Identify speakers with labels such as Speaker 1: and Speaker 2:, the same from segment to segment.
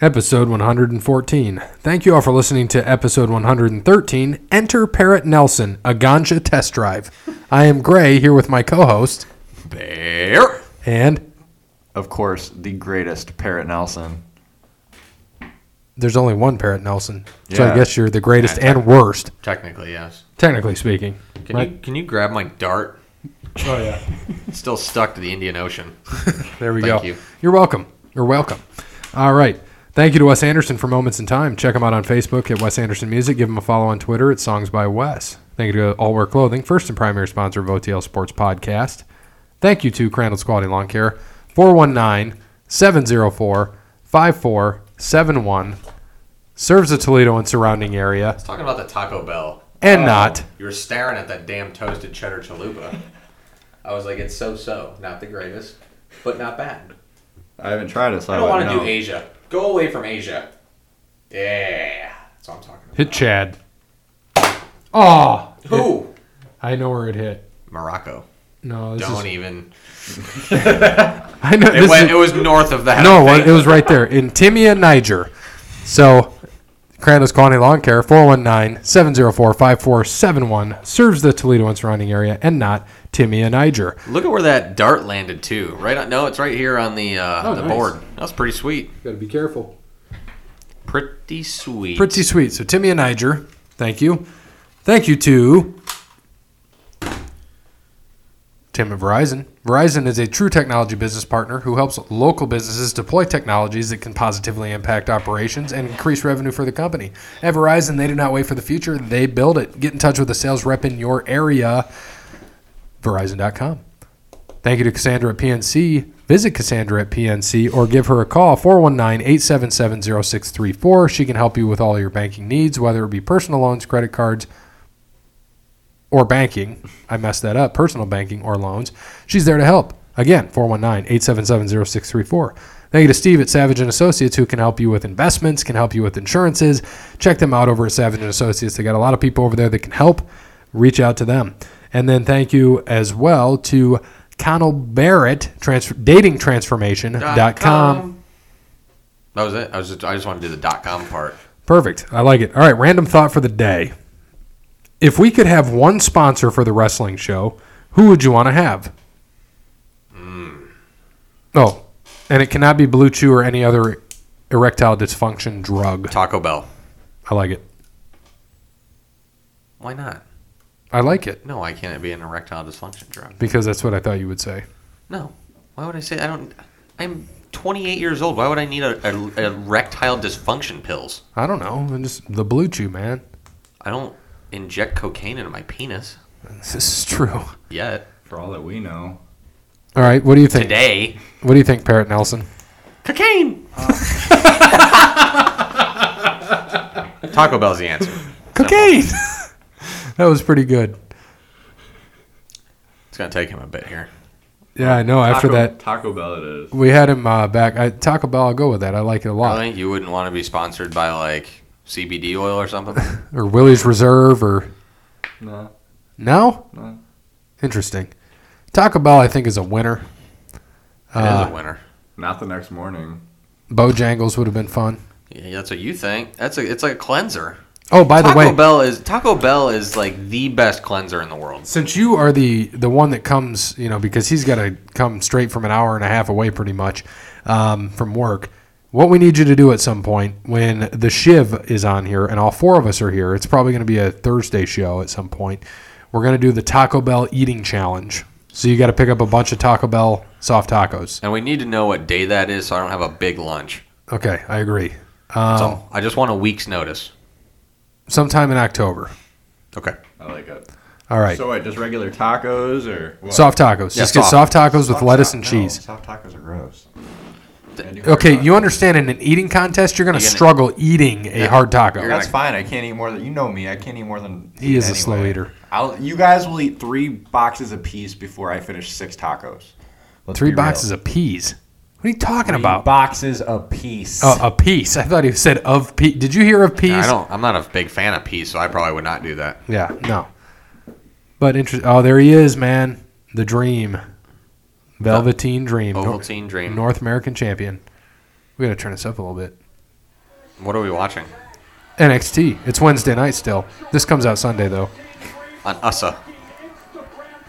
Speaker 1: episode 114. Thank you all for listening to episode 113. Enter Parrot Nelson, a ganja test drive. I am Gray here with my co-host
Speaker 2: There.
Speaker 1: and
Speaker 2: Of course, the greatest Parrot Nelson.
Speaker 1: there's only one Parrot Nelson, so I
Speaker 2: Yeah.
Speaker 1: guess you're the greatest
Speaker 2: Yeah,
Speaker 1: and worst,
Speaker 2: Technically, yes.
Speaker 1: technically speaking.
Speaker 3: Can
Speaker 1: Right?
Speaker 3: you can you grab my dart?
Speaker 1: Oh yeah,
Speaker 3: It's still stuck to the Indian Ocean.
Speaker 1: there we
Speaker 3: Thank
Speaker 1: go.
Speaker 3: you.
Speaker 1: You're welcome. You're welcome. All right. Thank you to Wes Anderson for Moments in Time. Check him out on Facebook at Wes Anderson Music. Give him a follow on Twitter at Songs by Wes. Thank you to All Wear Clothing, first and primary sponsor of OTL Sports Podcast. Thank you to Crandall's Quality Lawn Care, 419 704 5471. Serves the Toledo and surrounding area
Speaker 3: It's talking about the Taco Bell.
Speaker 1: and not.
Speaker 3: You were staring at that damn toasted cheddar chalupa. I was like, it's so so, not the greatest, but not bad.
Speaker 2: I haven't tried it, so
Speaker 3: I don't
Speaker 2: wouldn't
Speaker 3: want to do
Speaker 2: know.
Speaker 3: Asia. Go away from Asia. Yeah, that's what I'm talking about.
Speaker 1: Hit Chad. Oh,
Speaker 3: Who?
Speaker 1: I know where it hit.
Speaker 3: Morocco.
Speaker 1: No, this
Speaker 3: Don't
Speaker 1: is,
Speaker 3: even.
Speaker 1: I know
Speaker 3: It
Speaker 1: this
Speaker 3: went.
Speaker 1: is,
Speaker 3: It was north of that.
Speaker 1: No,
Speaker 3: I
Speaker 1: it
Speaker 3: think.
Speaker 1: was right there in Timia, Niger. So, Crandall's Colony Lawn Care, 419 704 5471, serves the Toledo and surrounding area and not Timia, Niger.
Speaker 3: Look at where that dart landed too. Right on. No, it's right here on the uh,
Speaker 1: Oh,
Speaker 3: the
Speaker 1: nice.
Speaker 3: board. That's pretty sweet.
Speaker 1: Gotta be careful.
Speaker 3: Pretty sweet.
Speaker 1: Pretty sweet. So, Timia, Niger, thank you. Thank you to Tim at Verizon. Verizon is a true technology business partner who helps local businesses deploy technologies that can positively impact operations and increase revenue for the company. At Verizon, they do not wait for the future, they build it. Get in touch with a sales rep in your area. Verizon.com. Thank you to Cassandra at PNC. Visit Cassandra at PNC or give her a call, 419 877 0634. She can help you with all your banking needs, whether it be personal loans, credit cards, or banking. I messed that up. Personal banking or loans. She's there to help. Again, 419-877-0634. Thank you to Steve at Savage and Associates who can help you with investments, can help you with insurances. Check them out over at Savage and Associates. They got a lot of people over there that can help. Reach out to them. And then thank you as well to Connell Barrett, transfer,
Speaker 3: Dot
Speaker 1: datingtransformation.com.
Speaker 3: com. That was it. I was just, I just want to do the dot com part.
Speaker 1: Perfect. I like it. All right, random thought for the day. If we could have one sponsor for the wrestling show, who would you want to have? Oh, and it cannot be Blue Chew or any other erectile dysfunction drug.
Speaker 3: Taco Bell.
Speaker 1: I like it.
Speaker 3: Why not?
Speaker 1: I like it
Speaker 3: No, why can't it be an erectile dysfunction drug?
Speaker 1: because that's what I thought you would say.
Speaker 3: No. Why would I say I don't? I'm 28 years old. Why would I need a, a, erectile dysfunction pills?
Speaker 1: I don't know. I'm just the Blue Chew, man.
Speaker 3: I don't inject cocaine into my penis
Speaker 1: This is true.
Speaker 3: yet.
Speaker 2: For all that we know,
Speaker 1: All right, what do you think?
Speaker 3: Today,
Speaker 1: What do you think, Parrot Nelson?
Speaker 3: cocaine. Taco Bell's the answer.
Speaker 1: Cocaine. that was pretty good.
Speaker 3: It's gonna take him a bit here.
Speaker 1: Yeah, I know. After
Speaker 2: Taco,
Speaker 1: that,
Speaker 2: Taco Bell it is.
Speaker 1: We had him uh, back. I, Taco Bell, I'll go with that. I like it a lot.
Speaker 3: Really? You wouldn't want to be sponsored by like CBD oil or something?
Speaker 1: Or Willie's Reserve or.
Speaker 2: No,
Speaker 1: No?
Speaker 2: No.
Speaker 1: Interesting. Taco Bell, I think, is a winner.
Speaker 3: it is a winner.
Speaker 2: not the next morning.
Speaker 1: Bojangles would have been fun.
Speaker 3: Yeah, that's what you think. That's a, it's like a cleanser.
Speaker 1: Oh, by the
Speaker 3: Taco
Speaker 1: way,
Speaker 3: Bell is Taco Bell is like the best cleanser in the world.
Speaker 1: since you are the, the one that comes, you know, because he's got to come straight from an hour and a half away pretty much um, from work, what we need you to do at some point when the Shiv is on here and all four of us are here, it's probably going to be a Thursday show at some point. We're going to do the Taco Bell eating challenge. So you got to pick up a bunch of Taco Bell soft tacos.
Speaker 3: And we need to know what day that is so I don't have a big lunch.
Speaker 1: Okay, I agree. Oh. Um,
Speaker 3: That's all. I just want a week's notice.
Speaker 1: Sometime in October.
Speaker 3: Okay.
Speaker 2: I like it.
Speaker 1: All right.
Speaker 2: So what? Just regular tacos or what?
Speaker 1: soft tacos.
Speaker 3: Yeah,
Speaker 1: Just get soft tacos
Speaker 3: soft.
Speaker 1: with
Speaker 2: Soft
Speaker 1: lettuce
Speaker 2: taco-
Speaker 1: and
Speaker 2: no,
Speaker 1: cheese.
Speaker 2: soft tacos are gross. Oh,
Speaker 1: Okay, you understand in an eating contest, you're going to
Speaker 3: You're gonna-
Speaker 1: struggle eating a
Speaker 3: Yeah.
Speaker 1: hard taco.
Speaker 3: You're
Speaker 2: That's
Speaker 3: gonna-
Speaker 2: fine. I can't eat more than you know me. I can't eat more than
Speaker 1: He is a slow
Speaker 2: anyway.
Speaker 1: eater.
Speaker 2: I'll, you guys will eat three boxes apiece before I finish six tacos. Let's
Speaker 1: Three
Speaker 2: be real.
Speaker 1: boxes of peas. What are you talking
Speaker 2: Three
Speaker 1: about?
Speaker 2: boxes apiece.
Speaker 1: Uh, a piece. I thought he said of peas. Did you hear of peas?
Speaker 3: I don't I'm not a big fan of peas, so I probably would not do that.
Speaker 1: Yeah, no. But interest. Oh, there he is, man. The dream. Velveteen Dream. Nor-
Speaker 3: Ovaltine Dream.
Speaker 1: North American champion. We got to turn this up a little bit.
Speaker 3: What are we watching?
Speaker 1: NXT. It's Wednesday night still. This comes out Sunday though.
Speaker 3: On USA.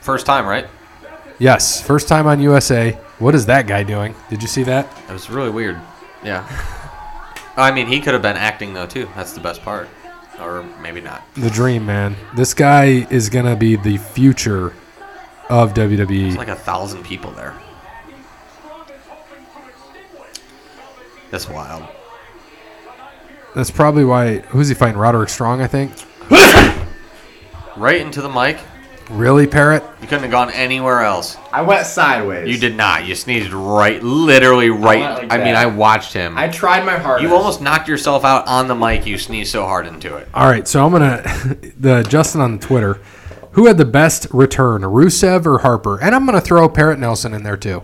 Speaker 3: First time, right?
Speaker 1: Yes, first time on USA. What is that guy doing? Did you see that?
Speaker 3: It was really weird. Yeah. I mean, he could have been acting though too. That's the best part, or maybe not.
Speaker 1: The dream, man. This guy is gonna be the future of E. WWE.
Speaker 3: There's like a thousand people there. That's wild.
Speaker 1: That's probably why. Who's he fighting? Roderick Strong, I think.
Speaker 3: Right into the mic.
Speaker 1: Really, Parrot?
Speaker 3: You couldn't have gone anywhere else.
Speaker 2: I went sideways.
Speaker 3: You did not. You sneezed right, literally right. I,
Speaker 2: went like
Speaker 3: mean,
Speaker 2: that.
Speaker 3: I watched him.
Speaker 2: I tried my hardest.
Speaker 3: you almost knocked yourself out on the mic. You sneezed so hard into it.
Speaker 1: All right, so I'm gonna the Justin on Twitter. Who had the best return, Rusev or Harper? And I'm gonna throw Parrot Nelson in there too.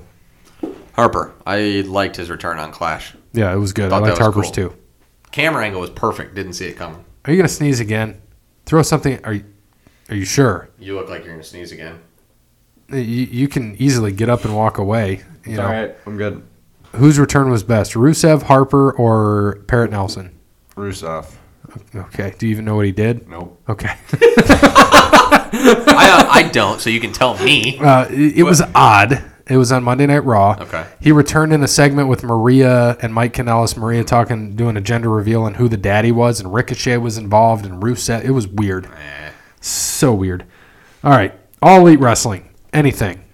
Speaker 3: Harper, I liked his return on Clash.
Speaker 1: Yeah, it was good. I,
Speaker 3: Thought that
Speaker 1: liked
Speaker 3: was
Speaker 1: Harper's
Speaker 3: cool.
Speaker 1: too.
Speaker 3: Camera angle was perfect. Didn't see it coming.
Speaker 1: Are you gonna sneeze again? Throw something. Are you? Are you sure?
Speaker 3: You look like you're gonna sneeze again.
Speaker 1: You, you can easily get up and walk away. You
Speaker 2: It's
Speaker 1: know
Speaker 2: all right. I'm good.
Speaker 1: whose return was best, Rusev, Harper, or Parrot Nelson?
Speaker 2: Rusev.
Speaker 1: Okay. Do you even know what he did?
Speaker 2: Nope.
Speaker 1: Okay.
Speaker 3: I, uh, I don't, so you can tell me.
Speaker 1: Uh, it, it was odd. It was on Monday Night Raw.
Speaker 3: Okay.
Speaker 1: He returned in a segment with Maria and Mike Kanellis. Maria talking, doing a gender reveal and who the daddy was, and Ricochet was involved, and Rusev. It was weird. So weird. All right. All Elite Wrestling. Anything.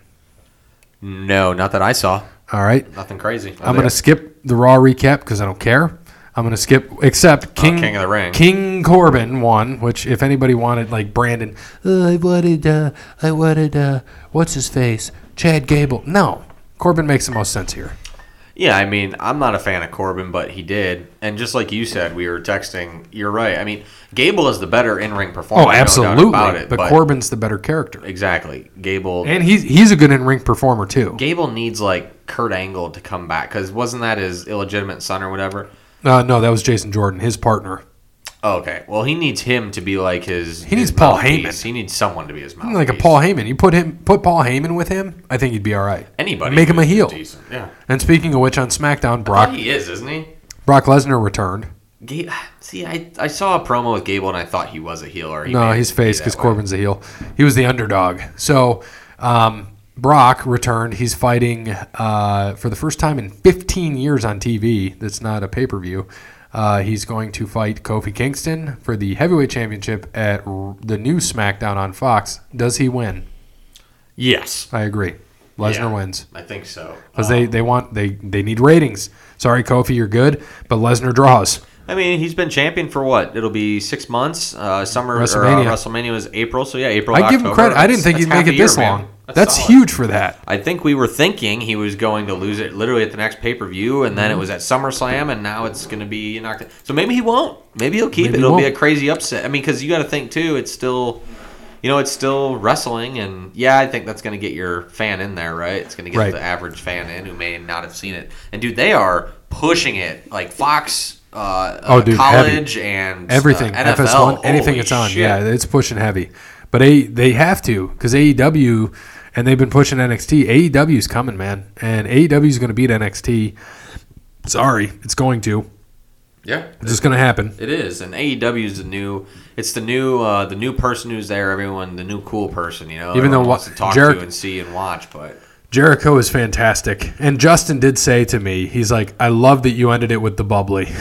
Speaker 3: No, not that I saw.
Speaker 1: All right.
Speaker 3: Nothing crazy.
Speaker 1: I'm going to skip the Raw recap because I don't care. I'm going to skip, except King,
Speaker 3: Oh, King of the Ring.
Speaker 1: King Corbin won, which if anybody wanted, like Brandon, "Uh, I wanted, uh, I wanted, uh, what's his face, Chad Gable. No, Corbin makes the most sense here.
Speaker 3: Yeah, I mean, I'm not a fan of Corbin, but he did. And just like you said, we were texting. You're right. I mean, Gable is the better in-ring performer.
Speaker 1: Oh,
Speaker 3: no doubt
Speaker 1: absolutely.
Speaker 3: about it.
Speaker 1: but,
Speaker 3: But,
Speaker 1: Corbin's the better character,
Speaker 3: exactly, Gable.
Speaker 1: and he's he's a good in ring performer too.
Speaker 3: Gable needs like Kurt Angle to come back because wasn't that his illegitimate son or whatever?
Speaker 1: Uh, no, that was Jason Jordan, his partner.
Speaker 3: Oh, okay, well he needs him to be like his. He
Speaker 1: needs Paul Heyman.
Speaker 3: He needs someone to be his mouthpiece.
Speaker 1: Like a Paul Heyman, you put him put Paul Heyman with him, I think he'd be all right.
Speaker 3: Anybody.
Speaker 1: make him a
Speaker 3: who's
Speaker 1: heel.
Speaker 3: Decent. Yeah.
Speaker 1: And speaking of which, on SmackDown,
Speaker 3: Brock.
Speaker 1: Brock
Speaker 3: he is, isn't he?
Speaker 1: Brock Lesnar returned.
Speaker 3: Ga- See, I, I saw a promo with Gable and I thought he was a heel or he
Speaker 1: No,
Speaker 3: made
Speaker 1: he's
Speaker 3: it be
Speaker 1: face
Speaker 3: that
Speaker 1: because
Speaker 3: way.
Speaker 1: Corbin's a heel. He was the underdog. So um, Brock returned. He's fighting uh, for the first time in 15 years on TV. That's not a pay per view. Uh, he's going to fight Kofi Kingston for the heavyweight championship at r- the new SmackDown on Fox. Does he win?
Speaker 3: Yes,
Speaker 1: I agree. Lesnar
Speaker 3: Yeah.
Speaker 1: wins
Speaker 3: I think so.
Speaker 1: because they, they want they they need ratings. Sorry, Kofi, you're good, but Lesnar draws.
Speaker 3: I mean, he's been champion for what? It'll be six months. Uh, summer
Speaker 1: WrestleMania.
Speaker 3: Or, uh, WrestleMania was April, so yeah, April.
Speaker 1: I give him
Speaker 3: October.
Speaker 1: credit. I didn't
Speaker 3: That's-
Speaker 1: think he'd
Speaker 3: that's half
Speaker 1: make it
Speaker 3: a year,
Speaker 1: this
Speaker 3: man.
Speaker 1: long. That's,
Speaker 3: solid.
Speaker 1: huge for that.
Speaker 3: I think we were thinking he was going to lose it literally at the next pay per view, and
Speaker 1: Mm-hmm.
Speaker 3: then it was at SummerSlam, and now it's going to be knocked. So maybe he won't. Maybe he'll keep
Speaker 1: Maybe
Speaker 3: it.
Speaker 1: he
Speaker 3: It'll be a
Speaker 1: won't.
Speaker 3: crazy upset. I mean, because you got to think too. It's still, you know, it's still wrestling, and yeah, I think that's going to get your fan in there, right? It's going to get
Speaker 1: Right.
Speaker 3: the average fan in who may not have seen it. And dude, they are pushing it like Fox, uh,
Speaker 1: Oh,
Speaker 3: uh,
Speaker 1: dude, heavy.
Speaker 3: college, and
Speaker 1: everything
Speaker 3: uh, NFL,
Speaker 1: FS1 anything
Speaker 3: Holy
Speaker 1: it's on
Speaker 3: shit.
Speaker 1: yeah it's pushing heavy but a they have to because AEW and they've been pushing NXT AEW's E coming man and E AEW's going to beat NXT sorry it's going to
Speaker 3: yeah.
Speaker 1: it's just going to happen
Speaker 3: It is, and AEW is the new. It's the new, uh, the new person who's there. Everyone, the new cool person, you know.
Speaker 1: Even though
Speaker 3: Everyone wants
Speaker 1: wa-
Speaker 3: to talk
Speaker 1: Jericho-
Speaker 3: to and see and watch, but
Speaker 1: Jericho is fantastic and Justin did say to me he's like I love that you ended it with the bubbly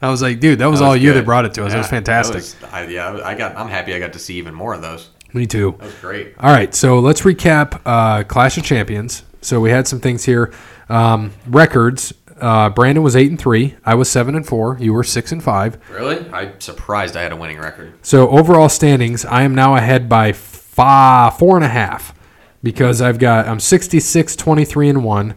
Speaker 1: I was like dude that was, all you
Speaker 3: good.
Speaker 1: that brought it to us
Speaker 3: Yeah,
Speaker 1: it was fantastic
Speaker 3: was- I, yeah, I got. I'm happy I got to see even more of those.
Speaker 1: me too
Speaker 3: That was great.
Speaker 1: All right, so let's recap uh, Clash of Champions. So we had some things here. Um, records: uh, Brandon was eight and three. I was seven and four. You were six and five.
Speaker 3: Really, I'm surprised I had a winning record.
Speaker 1: So overall standings, I am now ahead by fi- four and a half because I've got I'm 66 23 and 1.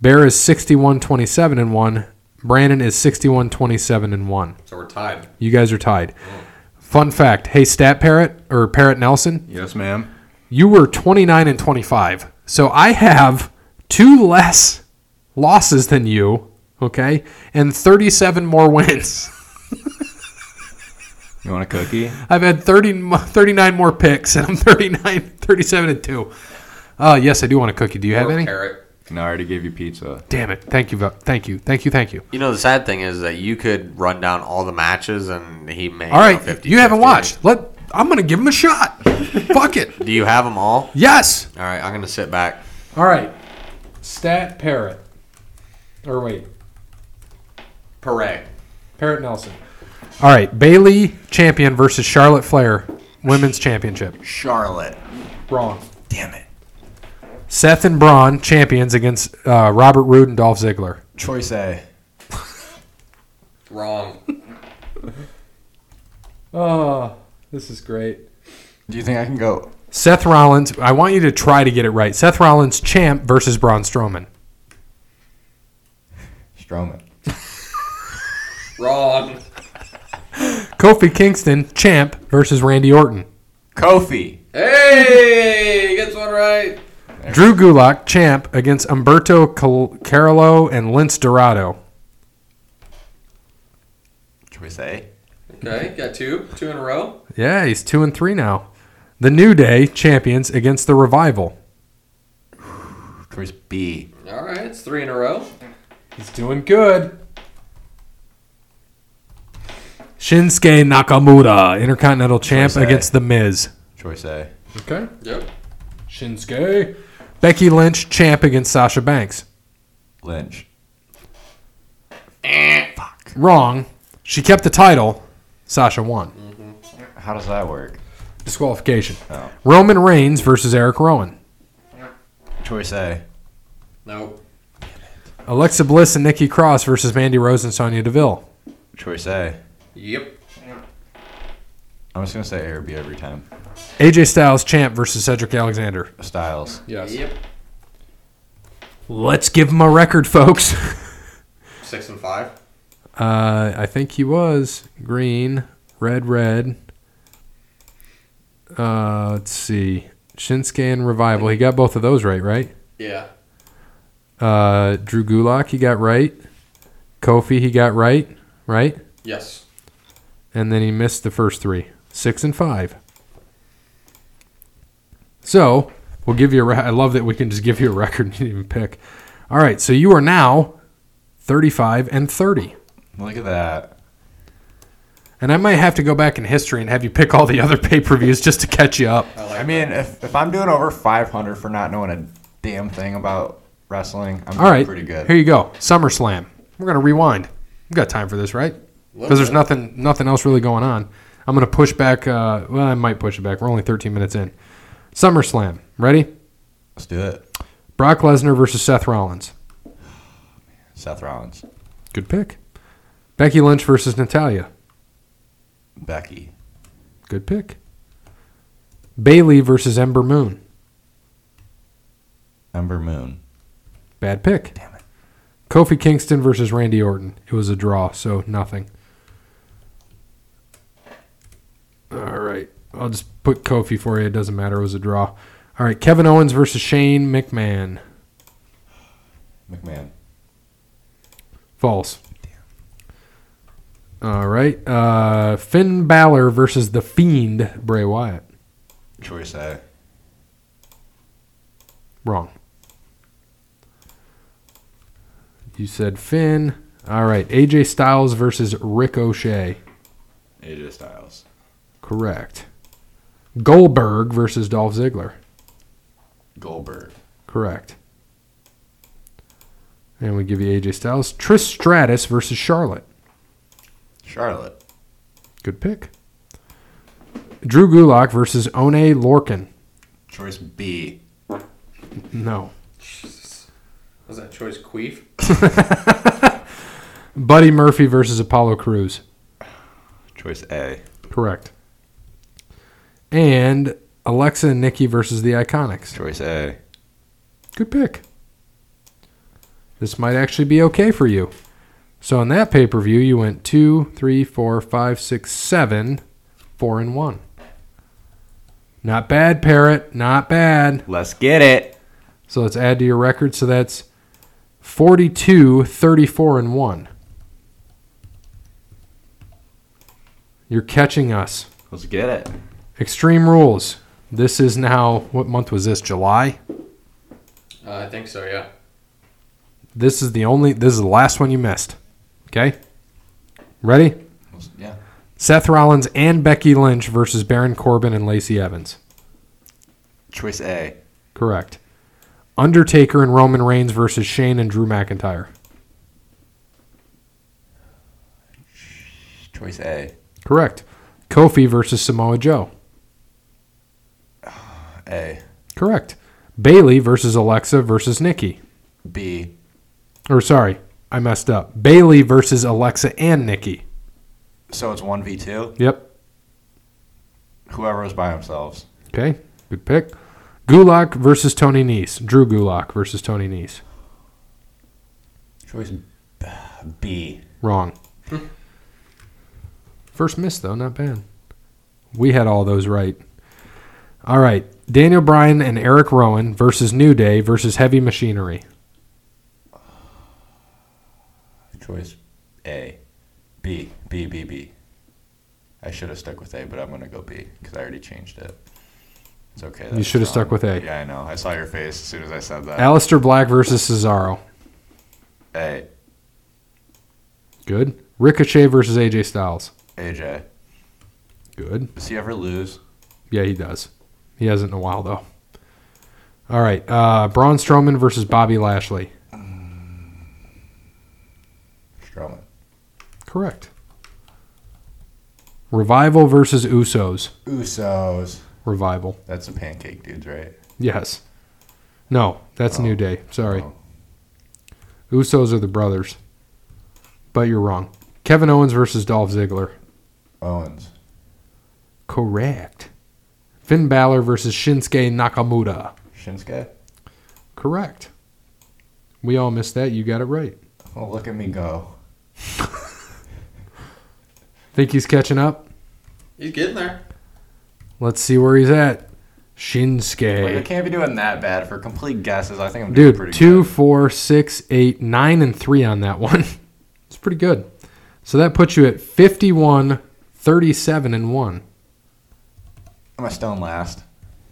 Speaker 1: Bear is 61 27 and 1. Brandon is 61 27 and 1.
Speaker 3: So we're tied.
Speaker 1: You guys are tied. Fun fact, hey Stat Parrot or Parrot Nelson,
Speaker 2: Yes, ma'am.
Speaker 1: you were 29 and 25. So I have two less losses than you, okay? And 37 more wins.
Speaker 2: You want a cookie?
Speaker 1: I've had 30, mo- 39 more picks, and I'm 39, 37 and 2. Uh, yes, I do want a cookie. Do you have
Speaker 3: Or
Speaker 1: any?
Speaker 3: Parrot.
Speaker 2: No, I already gave you pizza.
Speaker 1: Damn it! Thank you, Val- thank you, thank you, thank you.
Speaker 3: You know, the sad thing is that you could run down all the matches and he may.
Speaker 1: All right,
Speaker 3: go 50,
Speaker 1: you haven't
Speaker 3: 50.
Speaker 1: watched. Let I'm gonna give him a shot. Fuck it.
Speaker 3: Do you have them all?
Speaker 1: Yes.
Speaker 3: All right, I'm going to sit back.
Speaker 1: All right. Stat Parrot, or wait,
Speaker 3: Parade.
Speaker 1: Parrot Nelson. All right, Bailey champion versus Charlotte Flair, women's championship.
Speaker 3: Charlotte.
Speaker 1: Wrong.
Speaker 3: Damn it.
Speaker 1: Seth and Braun champions against uh, Robert Roode and Dolph Ziggler.
Speaker 2: Choice A.
Speaker 3: Wrong.
Speaker 1: Oh, this is great.
Speaker 2: Do you think I can go?
Speaker 1: Seth Rollins. I want you to try to get it right. Seth Rollins champ versus Braun Strowman.
Speaker 2: Strowman.
Speaker 3: Wrong.
Speaker 1: Kofi Kingston champ versus Randy Orton.
Speaker 2: Kofi.
Speaker 3: Hey, gets one right.
Speaker 1: Drew Gulak champ against Umberto Cal- Carrillo and Lince Dorado.
Speaker 2: Choice A.
Speaker 3: Okay, got two, two in a row.
Speaker 1: Yeah, he's two and three now. The New Day champions against the Revival.
Speaker 2: Choice B.
Speaker 3: All right, it's three in a row.
Speaker 1: He's doing good. Shinsuke Nakamura, Intercontinental Champ
Speaker 2: Choice A.
Speaker 1: against The Miz.
Speaker 2: Choice A.
Speaker 1: Okay.
Speaker 3: Yep.
Speaker 1: Shinsuke. Becky Lynch, champ against Sasha Banks.
Speaker 2: Lynch. Fuck.
Speaker 1: Wrong. She kept the title. Sasha won.
Speaker 2: How does that work?
Speaker 1: Disqualification.
Speaker 2: Oh.
Speaker 1: Roman Reigns versus Eric Rowan.
Speaker 2: Choice A.
Speaker 3: Nope.
Speaker 1: Alexa Bliss and Nikki Cross versus Mandy Rose and Sonya Deville.
Speaker 2: Choice A.
Speaker 3: Yep.
Speaker 2: I'm just gonna say A or B every time.
Speaker 1: AJ Styles, champ versus Cedric Alexander.
Speaker 2: Styles.
Speaker 3: Yep.
Speaker 1: Let's give him a record, folks.
Speaker 3: Six and five.
Speaker 1: Uh, I think he was green, red, red. Uh, let's see, Shinsuke and Revival. He got both of those right, right?
Speaker 3: Yeah.
Speaker 1: Uh, Drew Gulak, he got right. Kofi, he got right, right,
Speaker 3: Yes.
Speaker 1: and then he missed the first three, six and five. So we'll give you a. Re- I love that we can just give you a record and you didn't even pick. All right, so you are now thirty-five and thirty.
Speaker 2: Look at that.
Speaker 1: And I might have to go back in history and have you pick all the other pay per views just to catch you up.
Speaker 2: I mean, if, if I'm doing over 500 for not knowing a damn thing about wrestling, I'm
Speaker 1: All right.
Speaker 2: pretty
Speaker 1: Here
Speaker 2: good.
Speaker 1: you go. SummerSlam. We're gonna rewind. We've got time for this, right? Because there's nothing nothing else really going on. I'm gonna push back. Uh, well, I might push it back. We're only 13 minutes in. SummerSlam. Ready?
Speaker 2: Let's do it.
Speaker 1: Brock Lesnar versus Seth Rollins.
Speaker 2: Seth Rollins.
Speaker 1: Good pick. Becky Lynch versus Natalia.
Speaker 2: Becky.
Speaker 1: Good pick. Bailey versus Ember Moon.
Speaker 2: Ember Moon.
Speaker 1: Bad pick.
Speaker 2: Damn it.
Speaker 1: Kofi Kingston versus Randy Orton. It was a draw, so nothing. All right. I'll just put Kofi for you. It doesn't matter. It was a draw. All right. Kevin Owens versus Shane McMahon.
Speaker 2: McMahon.
Speaker 1: False. All right. Uh, Finn Balor versus The Fiend Bray Wyatt.
Speaker 2: Choice A.
Speaker 1: Wrong. You said Finn. All right. AJ Styles versus Ricochet.
Speaker 2: AJ Styles.
Speaker 1: Correct. Goldberg versus Dolph Ziggler.
Speaker 2: Goldberg.
Speaker 1: Correct. And we give you AJ Styles. Trish Stratus versus Charlotte.
Speaker 2: Charlotte.
Speaker 1: Good pick. Drew Gulak versus One Lorcan.
Speaker 2: Choice B.
Speaker 1: No.
Speaker 3: Jesus. Was that choice queef?
Speaker 1: Buddy Murphy versus Apollo Cruz.
Speaker 2: Choice A.
Speaker 1: Correct. And Alexa and Nikki versus the Iconics.
Speaker 2: Choice A.
Speaker 1: Good pick. This might actually be okay for you. So on that pay per view, you went two, three, four, five, six, seven, four, and one. Not bad, Parrot. Not bad.
Speaker 2: Let's get it.
Speaker 1: So let's add to your record. So that's 42, 34, and 1. You're catching us.
Speaker 2: Let's get it.
Speaker 1: Extreme Rules. This is now, what month was this? July?
Speaker 3: Uh, I think so, yeah.
Speaker 1: This is the only. This is the last one you missed. Okay. Ready?
Speaker 2: Yeah.
Speaker 1: Seth Rollins and Becky Lynch versus Baron Corbin and Lacey Evans.
Speaker 2: Choice A.
Speaker 1: Correct. Undertaker and Roman Reigns versus Shane and Drew McIntyre.
Speaker 2: Choice A.
Speaker 1: Correct. Kofi versus Samoa Joe.
Speaker 2: A.
Speaker 1: Correct. Bailey versus Alexa versus Nikki.
Speaker 2: B.
Speaker 1: Or sorry, I messed up. Bailey versus Alexa and Nikki.
Speaker 2: So it's one v two.
Speaker 1: Yep.
Speaker 2: Whoever is by themselves.
Speaker 1: Okay. Good pick. Gulak versus Tony Nese. Drew Gulak versus Tony Nese.
Speaker 2: Choice B.
Speaker 1: Wrong. First miss though, not bad. We had all those right. All right. Daniel Bryan and Eric Rowan versus New Day versus Heavy Machinery.
Speaker 2: Choice A. B. B. B. B. I should have stuck with A, but I'm gonna go B because I already changed it. It's okay. that
Speaker 1: You should have
Speaker 2: it's on.
Speaker 1: stuck with A.
Speaker 2: Yeah, I know. I saw your face as soon as I said that.
Speaker 1: Alistair Black versus Cesaro.
Speaker 2: A.
Speaker 1: Good. Ricochet versus AJ Styles.
Speaker 2: AJ.
Speaker 1: Good.
Speaker 2: Does he ever lose?
Speaker 1: Yeah, he does. He hasn't in a while though. All right. Uh, Braun Strowman versus Bobby Lashley.
Speaker 2: Strowman.
Speaker 1: Correct. Revival versus Usos.
Speaker 2: Usos.
Speaker 1: Revival.
Speaker 2: That's the pancake dudes, right?
Speaker 1: Yes. No, that's
Speaker 2: Oh.
Speaker 1: New Day. Sorry.
Speaker 2: Oh.
Speaker 1: Usos are the brothers. But you're wrong. Kevin Owens versus Dolph Ziggler.
Speaker 2: Owens.
Speaker 1: Correct. Finn Balor versus Shinsuke Nakamura.
Speaker 2: Shinsuke.
Speaker 1: Correct. We all missed that. You got it right.
Speaker 2: Well, look at me go.
Speaker 1: Think he's catching up?
Speaker 3: He's getting there.
Speaker 1: Let's see where he's at.
Speaker 2: Like, I
Speaker 1: Shinsuke.
Speaker 2: can't be doing that bad for complete guesses. I think I'm doing
Speaker 1: Dude,
Speaker 2: pretty
Speaker 1: two,
Speaker 2: good.
Speaker 1: four, six, eight, nine, and three on that one. it's pretty good. So that puts you at 51, 37, and one.
Speaker 2: Am I still in last?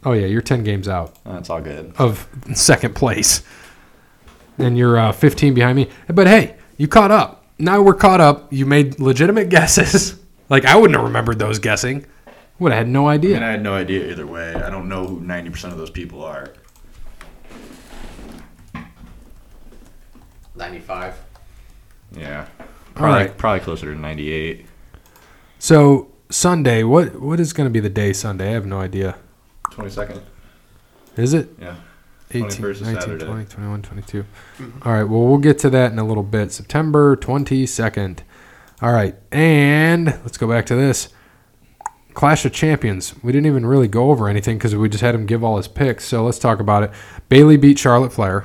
Speaker 1: Oh, yeah, you're 10 games out.
Speaker 2: That's all good.
Speaker 1: of second place, and you're uh, 15 behind me. But hey, you caught up. Now we're caught up. You made legitimate guesses. like I wouldn't have remembered those guessing. Would have had no
Speaker 2: And
Speaker 1: idea.
Speaker 2: I had no idea either way. I don't know who 90% of those people are.
Speaker 3: 95.
Speaker 2: Yeah.
Speaker 1: All
Speaker 2: Probably,
Speaker 1: right.
Speaker 2: probably closer to 98.
Speaker 1: So Sunday, what what is going to be the day Sunday? I have no idea.
Speaker 2: 22nd.
Speaker 1: Is it?
Speaker 2: Yeah.
Speaker 1: 18,
Speaker 2: 21st is
Speaker 1: 19,
Speaker 2: Saturday.
Speaker 1: 20, 21, 22. All right. Well, we'll get to that in a little bit. September 22nd. All right. And let's go back to this Clash of Champions. We didn't even really go over anything because we just had him give all his picks. So let's talk about it. Bailey beat Charlotte Flair,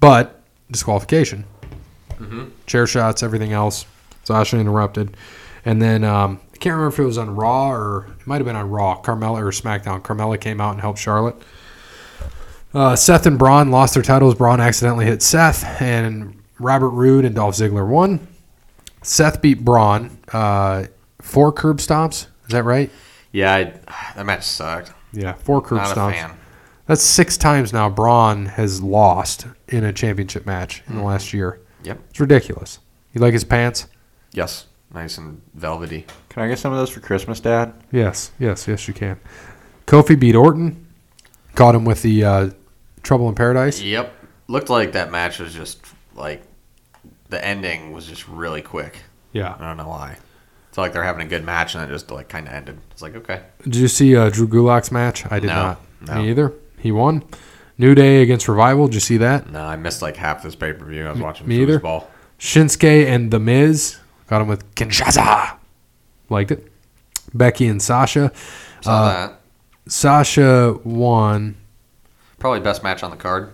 Speaker 1: but disqualification,
Speaker 3: Mm-hmm.
Speaker 1: chair shots, everything else. Sasha interrupted. And then um, I can't remember if it was on Raw or it might have been on Raw, Carmella or SmackDown. Carmella came out and helped Charlotte. Uh, Seth and Braun lost their titles. Braun accidentally hit Seth, and Robert Roode and Dolph Ziggler won. Seth beat Braun. Uh, four curb stomps. Is that right?
Speaker 3: Yeah, I, that match sucked.
Speaker 1: Yeah, four curb
Speaker 3: Not a
Speaker 1: stomps.
Speaker 3: fan.
Speaker 1: That's six times now Braun has lost in a championship match in the last year.
Speaker 3: Mm-hmm. Yep.
Speaker 1: It's ridiculous. You like his pants?
Speaker 3: Yes. Nice and velvety.
Speaker 2: Can I get some of those for Christmas, Dad?
Speaker 1: Yes, yes, yes, you can. Kofi beat Orton. Caught him with the uh, Trouble in Paradise.
Speaker 3: Yep. Looked like that match was just like the ending was just really quick.
Speaker 1: Yeah.
Speaker 3: I don't know why. It's like they're having a good match and it just like kind of ended. It's like okay.
Speaker 1: Did you see uh, Drew Gulak's match? I did
Speaker 3: No,
Speaker 1: not.
Speaker 3: no.
Speaker 1: Me either. He won. New Day against Revival. Did you see that?
Speaker 3: No, I missed like half this pay per view. I was watching
Speaker 1: me either.
Speaker 3: foosball.
Speaker 1: Shinsuke and The Miz got him with Kinshasa. Liked it. Becky and Sasha.
Speaker 3: Saw that.
Speaker 1: Sasha won
Speaker 3: Probably best match on the card.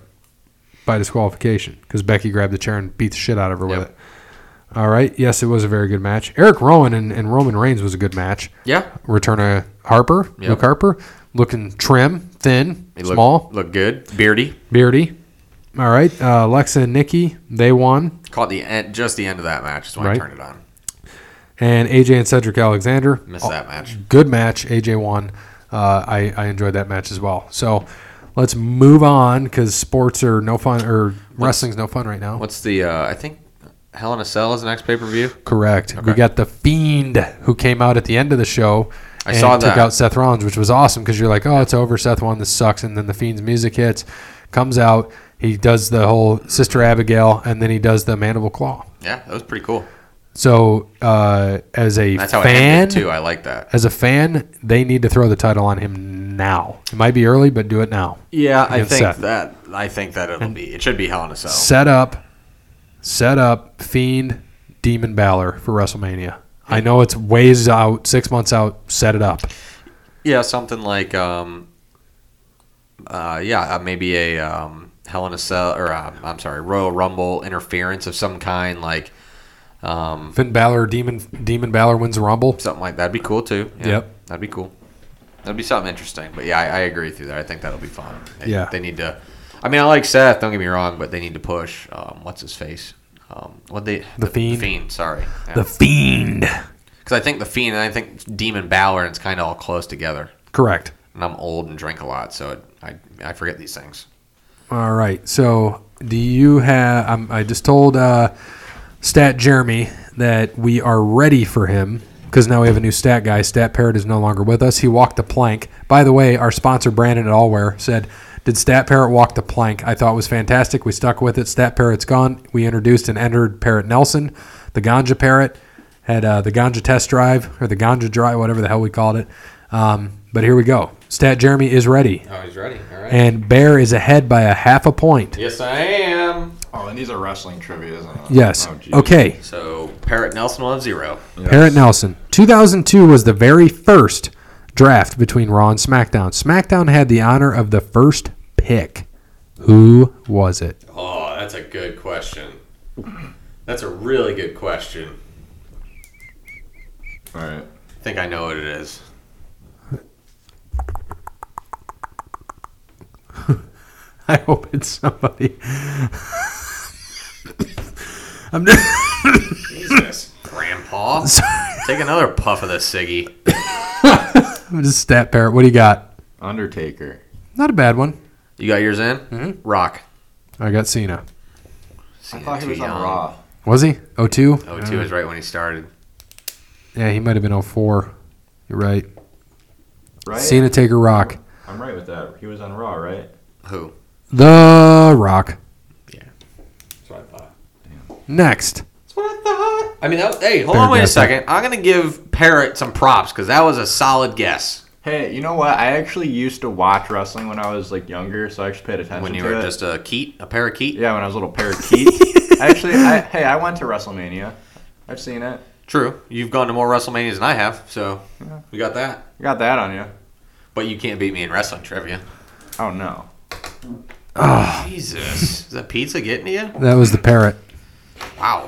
Speaker 1: by disqualification because Becky grabbed the chair and beat the shit out of her with
Speaker 3: Yep.
Speaker 1: it. All right. Yes, it was a very good match. Eric Rowan and, and Roman Reigns was a good match.
Speaker 3: Yeah.
Speaker 1: Return of Harper,
Speaker 3: Yep.
Speaker 1: Luke Harper, looking trim, thin,
Speaker 3: He looked,
Speaker 1: small,
Speaker 3: Looked good. Beardy.
Speaker 1: beardy. All right. Uh, Alexa and Nikki, they won.
Speaker 3: Caught the end, just the end of that match is when
Speaker 1: Right.
Speaker 3: I turned it on.
Speaker 1: and AJ and Cedric Alexander.
Speaker 3: Missed that match.
Speaker 1: Good match. AJ won. Uh, I, I enjoyed that match as well. So Let's move on because sports are no fun or wrestling's no fun right now.
Speaker 3: What's the? Uh, I think Hell in a Cell is the next pay per view.
Speaker 1: Correct. We got the Fiend who came out at the end of the show.
Speaker 3: I saw
Speaker 1: Took
Speaker 3: that.
Speaker 1: out Seth Rollins, which was awesome because you're like, oh, it's over. Seth won. This sucks. And then the Fiend's music hits, comes out. He does the whole Sister Abigail, and then he does the mandible claw.
Speaker 3: Yeah, that was pretty cool.
Speaker 1: So uh, as a
Speaker 3: That's how it
Speaker 1: fan,
Speaker 3: ended too. I like that.
Speaker 1: as a fan, they need to throw the title on him now. It might be early, but do it now.
Speaker 3: Yeah, I
Speaker 1: Against
Speaker 3: think
Speaker 1: Seth.
Speaker 3: that. I think that it'll be. It should be Hell in a Cell.
Speaker 1: Set up, set up Fiend, Demon Balor for WrestleMania. I know it's ways out, six months out. Set it up.
Speaker 3: Yeah, something like. Um, uh, yeah, uh, maybe a um, Hell in a Cell, or uh, I'm sorry, Royal Rumble interference of some kind, like um,
Speaker 1: Finn Balor, Demon Demon Balor wins the Rumble.
Speaker 3: something like that'd be cool too. Yeah,
Speaker 1: Yep.
Speaker 3: that'd be cool. That'd be something interesting. But yeah, I, I agree with you there. I think that'll be fun. They,
Speaker 1: Yeah.
Speaker 3: they need to. I mean, I like Seth. Don't get me wrong, but they need to push. Um, what's his face? Um, what they
Speaker 1: The Fiend.
Speaker 3: Fiend. Sorry. Yeah.
Speaker 1: The Fiend.
Speaker 3: Because I think the Fiend and I think Demon Balor and it's kind of all close together.
Speaker 1: Correct.
Speaker 3: And I'm old and drink a lot, so it, I I forget these things.
Speaker 1: All right. So, do you have? Um, I just told uh, Stat Jeremy that we are ready for him because now we have a new stat guy. Stat Parrot is no longer with us. He walked the plank. By the way, our sponsor Brandon at Allware said, "Did Stat Parrot walk the plank?" I thought it was fantastic. We stuck with it. Stat Parrot's gone. We introduced and entered Parrot Nelson, the Ganja Parrot. Had uh, the Ganja test drive or the Ganja drive, whatever the hell we called it. Um, but here we go. Stat Jeremy is ready
Speaker 3: Oh, he's ready. All right.
Speaker 1: and Bear is ahead by a half a point.
Speaker 3: yes, I am.
Speaker 2: Oh, and these are wrestling trivia, isn't it?
Speaker 1: Yes.
Speaker 2: Oh, geez.
Speaker 1: okay.
Speaker 3: So Parrot Nelson will have zero.
Speaker 2: Yes.
Speaker 1: Parrot Nelson. 2002 was the very first draft between Raw and SmackDown. SmackDown had the honor of the first pick. Who was it?
Speaker 3: Oh, that's a good question. That's a really good question.
Speaker 2: All right.
Speaker 3: I think I know what it is.
Speaker 1: I hope it's somebody. I'm just,
Speaker 3: Jesus, Grandpa, take another puff of this ciggy.
Speaker 1: I'm just stat parrot. What do you got?
Speaker 2: Undertaker.
Speaker 1: Not a bad one.
Speaker 3: You got yours in? Mm-hmm. Rock.
Speaker 1: I got Cena.
Speaker 2: I thought he was on Raw.
Speaker 1: Was he? 02?
Speaker 3: Oh, two is right when he started.
Speaker 1: Yeah, he might have been 04. You're right.
Speaker 2: Right?
Speaker 1: Cena Taker Rock.
Speaker 2: I'm right with that. He was on Raw, right?
Speaker 3: Who?
Speaker 1: The Rock.
Speaker 3: That's what I thought.
Speaker 1: Next.
Speaker 3: That's what I thought. I mean, that, hey, hold
Speaker 1: Fair
Speaker 3: on, wait a
Speaker 1: guess.
Speaker 3: second. I'm gonna give Parrot some props because that was a solid guess.
Speaker 2: Hey, you know what? I actually used to watch wrestling when I was like younger, so I actually paid attention
Speaker 3: When you
Speaker 2: to
Speaker 3: were
Speaker 2: it.
Speaker 3: just a keat, a parakeet.
Speaker 2: Yeah, when I was a little parakeet. actually, I, hey, I went to WrestleMania. I've seen it.
Speaker 3: True. You've gone to more WrestleManias than I have, so we got that.
Speaker 2: You got that on you.
Speaker 3: But you can't beat me in wrestling trivia.
Speaker 2: Oh no.
Speaker 3: Jesus, is that pizza getting to you?
Speaker 1: That was the parrot.
Speaker 3: Wow.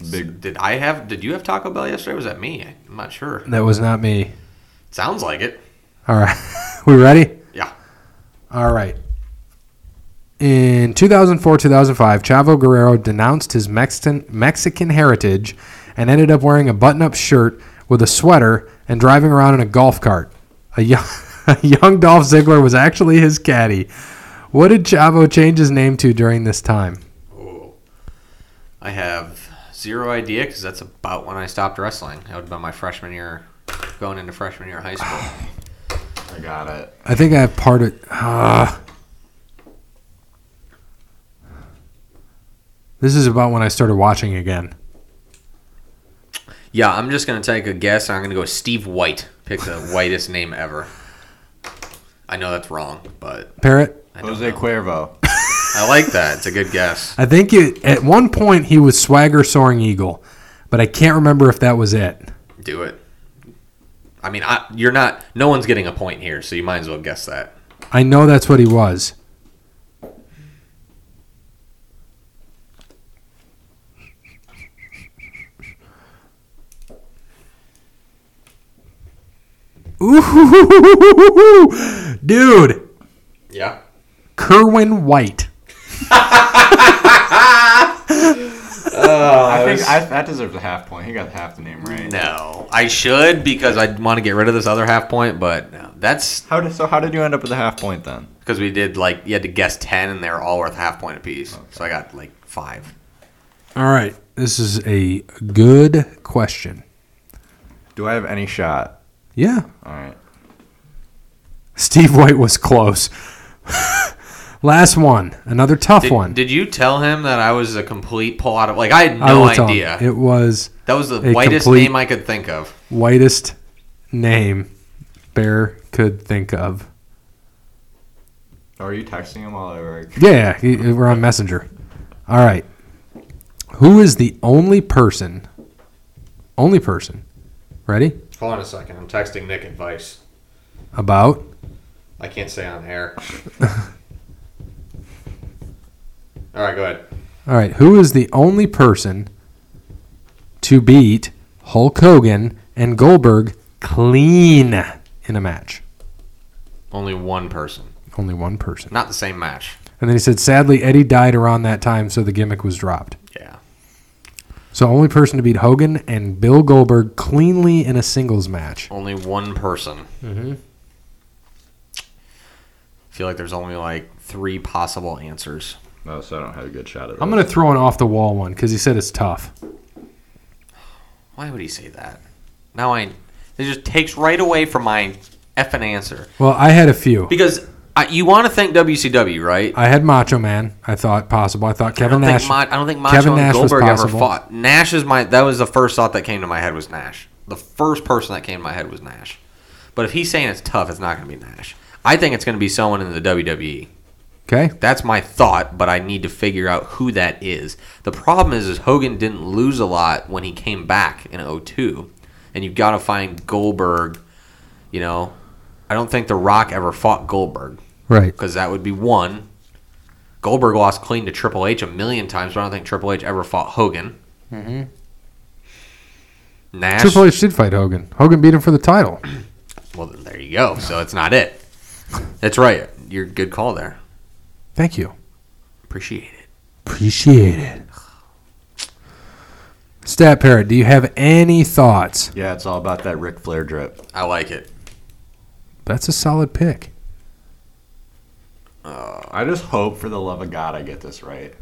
Speaker 2: It's a big
Speaker 3: Did I have? Did you have Taco Bell yesterday? Or was that me? I'm not sure.
Speaker 1: That was not me.
Speaker 3: Sounds like it.
Speaker 1: All right. we ready?
Speaker 3: Yeah.
Speaker 1: All right. In 2004 2005, Chavo Guerrero denounced his Mexican, Mexican heritage and ended up wearing a button up shirt with a sweater and driving around in a golf cart. A young, a young Dolph Ziggler was actually his caddy. What did Chavo change his name to during this time?
Speaker 3: Oh. I have zero idea because that's about when I stopped wrestling. That would have been my freshman year, going into freshman year of high school.
Speaker 2: I got it.
Speaker 1: I think I have part of. ah. this is about when I started watching again.
Speaker 3: yeah, I'm just gonna take a guess. and I'm gonna go with Steve White. Pick the whitest name ever. I know that's wrong, but
Speaker 1: Parrot.
Speaker 3: I don't
Speaker 2: Jose
Speaker 3: know.
Speaker 2: Cuervo.
Speaker 3: I like that. It's a good guess.
Speaker 1: I think it, at one point he was Swagger Soaring Eagle, but I can't remember if that was it.
Speaker 3: Do it. I mean, I, you're not. No one's getting a point here, so you might as well guess that.
Speaker 1: I know that's what he was. Ooh, dude.
Speaker 3: Yeah.
Speaker 1: Kerwin White.
Speaker 2: I think I, that deserves a half point. He got half the name right.
Speaker 3: No, I should because I want to get rid of this other half point, but no, that's
Speaker 2: How did, so how did you end up with a half point then?
Speaker 3: because we did like you had to guess ten, and they're all worth a half point apiece. So I got like five.
Speaker 1: All right. This is a good question.
Speaker 2: Do I have any shot?
Speaker 1: Yeah.
Speaker 2: All right.
Speaker 1: Steve White was close. Last one. Another tough
Speaker 3: Did,
Speaker 1: one.
Speaker 3: did you tell him that I was a complete pull out of like I had
Speaker 1: I
Speaker 3: no
Speaker 1: will tell him.
Speaker 3: idea?
Speaker 1: It was
Speaker 3: that was the
Speaker 1: a
Speaker 3: whitest
Speaker 1: complete-
Speaker 3: name I could think of.
Speaker 1: whitest name Bear could think of.
Speaker 2: Oh, Are you texting him while I work?
Speaker 1: Yeah, he- he- we're on Messenger. All right. Who is the only person? Only person. Ready?
Speaker 3: Hold on a second. I'm texting Nick advice.
Speaker 1: About
Speaker 3: I can't say on air. all right, go ahead.
Speaker 1: All right, who is the only person to beat Hulk Hogan and Goldberg clean in a match?
Speaker 3: Only one person,
Speaker 1: Only one person.
Speaker 3: not the same match.
Speaker 1: And then he said, sadly, Eddie died around that time, so the gimmick was dropped.
Speaker 3: Yeah.
Speaker 1: So, only person to beat Hogan and Bill Goldberg cleanly in a singles match.
Speaker 3: Only one person.
Speaker 1: Mm-hmm.
Speaker 3: I feel like there's only like three possible answers.
Speaker 2: No, so I don't have a good shot at
Speaker 1: I'm going to throw an off the wall one because he said it's tough.
Speaker 3: Why would he say that? Now I. It just takes right away from my effing answer.
Speaker 1: Well, I had a few.
Speaker 3: Because I, you want to thank WCW, right?
Speaker 1: I had Macho Man. I thought possible. I thought
Speaker 3: I don't
Speaker 1: Kevin Nash.
Speaker 3: Think Ma- I don't think Macho
Speaker 1: Kevin
Speaker 3: and
Speaker 1: Nash was
Speaker 3: Goldberg ever
Speaker 1: possible.
Speaker 3: fought. Nash is my. That was the first thought that came to my head was Nash. The first person that came to my head was Nash. But if he's saying it's tough, it's not going to be Nash. I think it's going to be someone in the E. WWE.
Speaker 1: okay.
Speaker 3: That's my thought, but I need to figure out who that is. The problem is, is Hogan didn't lose a lot when he came back in 02, and you've got to find Goldberg. You know, I don't think The Rock ever fought Goldberg
Speaker 1: Right.
Speaker 3: because that would be one. Goldberg lost clean to Triple H a million times, but I don't think Triple H ever fought Hogan. Mm-hmm. Nash.
Speaker 1: Triple H did fight Hogan. Hogan beat him for the title.
Speaker 3: Well, then there you go. So it's not it. That's right. You're good call there.
Speaker 1: Thank you.
Speaker 3: Appreciate it.
Speaker 1: Appreciate it. Stat Parrot, do you have any thoughts?
Speaker 2: Yeah, it's all about that Ric Flair drip.
Speaker 3: I like it.
Speaker 1: That's a solid pick.
Speaker 2: I just hope for the love of God I get this right.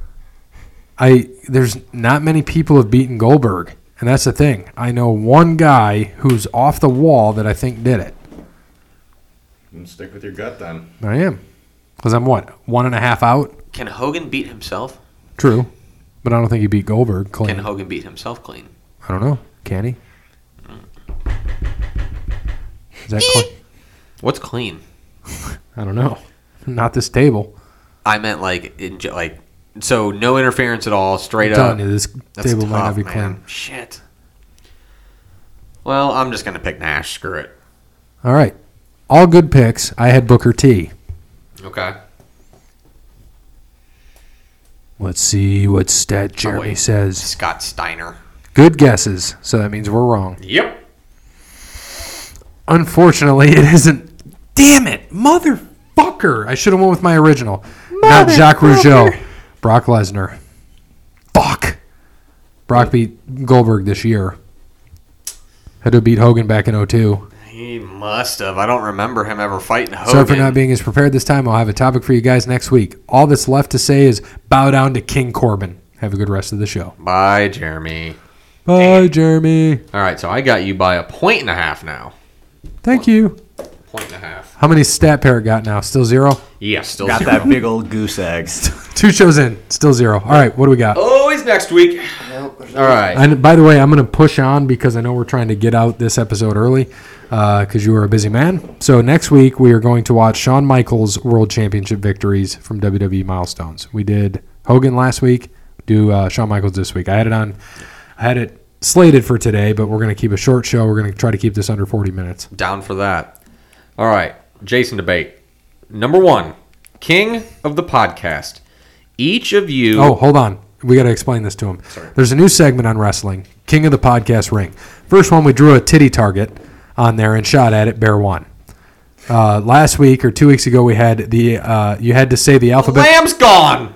Speaker 1: I there's not many people have beaten Goldberg, and that's the thing. I know one guy who's off the wall that I think did it.
Speaker 2: And stick with your gut then.
Speaker 1: I am, because I'm what one and a half out.
Speaker 3: Can Hogan beat himself?
Speaker 1: True, but I don't think he beat Goldberg clean.
Speaker 3: Can Hogan beat himself clean?
Speaker 1: I don't know. Can he? Is that clean?
Speaker 3: What's clean?
Speaker 1: I don't know. Not this table.
Speaker 3: I meant like in ge- like so no interference at all, straight
Speaker 1: Telling
Speaker 3: up.
Speaker 1: you, this
Speaker 3: uh, That's
Speaker 1: table might not
Speaker 3: tough,
Speaker 1: be
Speaker 3: man.
Speaker 1: clean.
Speaker 3: Shit. Well, I'm just gonna pick Nash. Screw it.
Speaker 1: All right, all good picks. I had Booker T.
Speaker 3: Okay.
Speaker 1: Let's see what stat Jeremy
Speaker 3: Oh, wait.
Speaker 1: says.
Speaker 3: Scott Steiner.
Speaker 1: Good guesses, so that means we're wrong.
Speaker 3: Yep.
Speaker 1: Unfortunately, it isn't. Damn it, motherfucker! I should have went with my original, not Jacques Rougeau. Brock Lesnar. Fuck. Brock beat Goldberg this year. Had to beat Hogan back in 02.
Speaker 3: He must have. I don't remember him ever fighting Hogan.
Speaker 1: Sorry for not being as prepared this time. I'll have a topic for you guys next week. All that's left to say is bow down to King Corbin. Have a good rest of the show.
Speaker 3: Bye, Jeremy.
Speaker 1: Bye, Jeremy.
Speaker 3: All right, so I got you by a point and a half now.
Speaker 1: Thank you.
Speaker 3: Point and a half.
Speaker 1: How many stat pair got now? Still zero?
Speaker 3: Yeah, still
Speaker 2: Got
Speaker 3: zero.
Speaker 2: that big old goose egg.
Speaker 1: Two shows in, still zero. All right, what do we got?
Speaker 3: Always next week. All right.
Speaker 1: And by the way, I'm going to push on because I know we're trying to get out this episode early because you were a busy man. So next week we are going to watch Shawn Michaels' World Championship victories from WWE milestones. We did Hogan last week. Do uh, Shawn Michaels this week. I had it on. I had it slated for today, but we're going to keep a short show. We're going to try to keep this under 40 minutes.
Speaker 3: Down for that. All right, Jason debate. Number one, king of the podcast. Each of you.
Speaker 1: Oh, hold on. We got to explain this to him. There's a new segment on wrestling, King of the Podcast Ring. First one, we drew a titty target on there and shot at it. Bear one. Uh, last week or two weeks ago, we had the uh, you had to say the alphabet.
Speaker 3: Lamb's gone.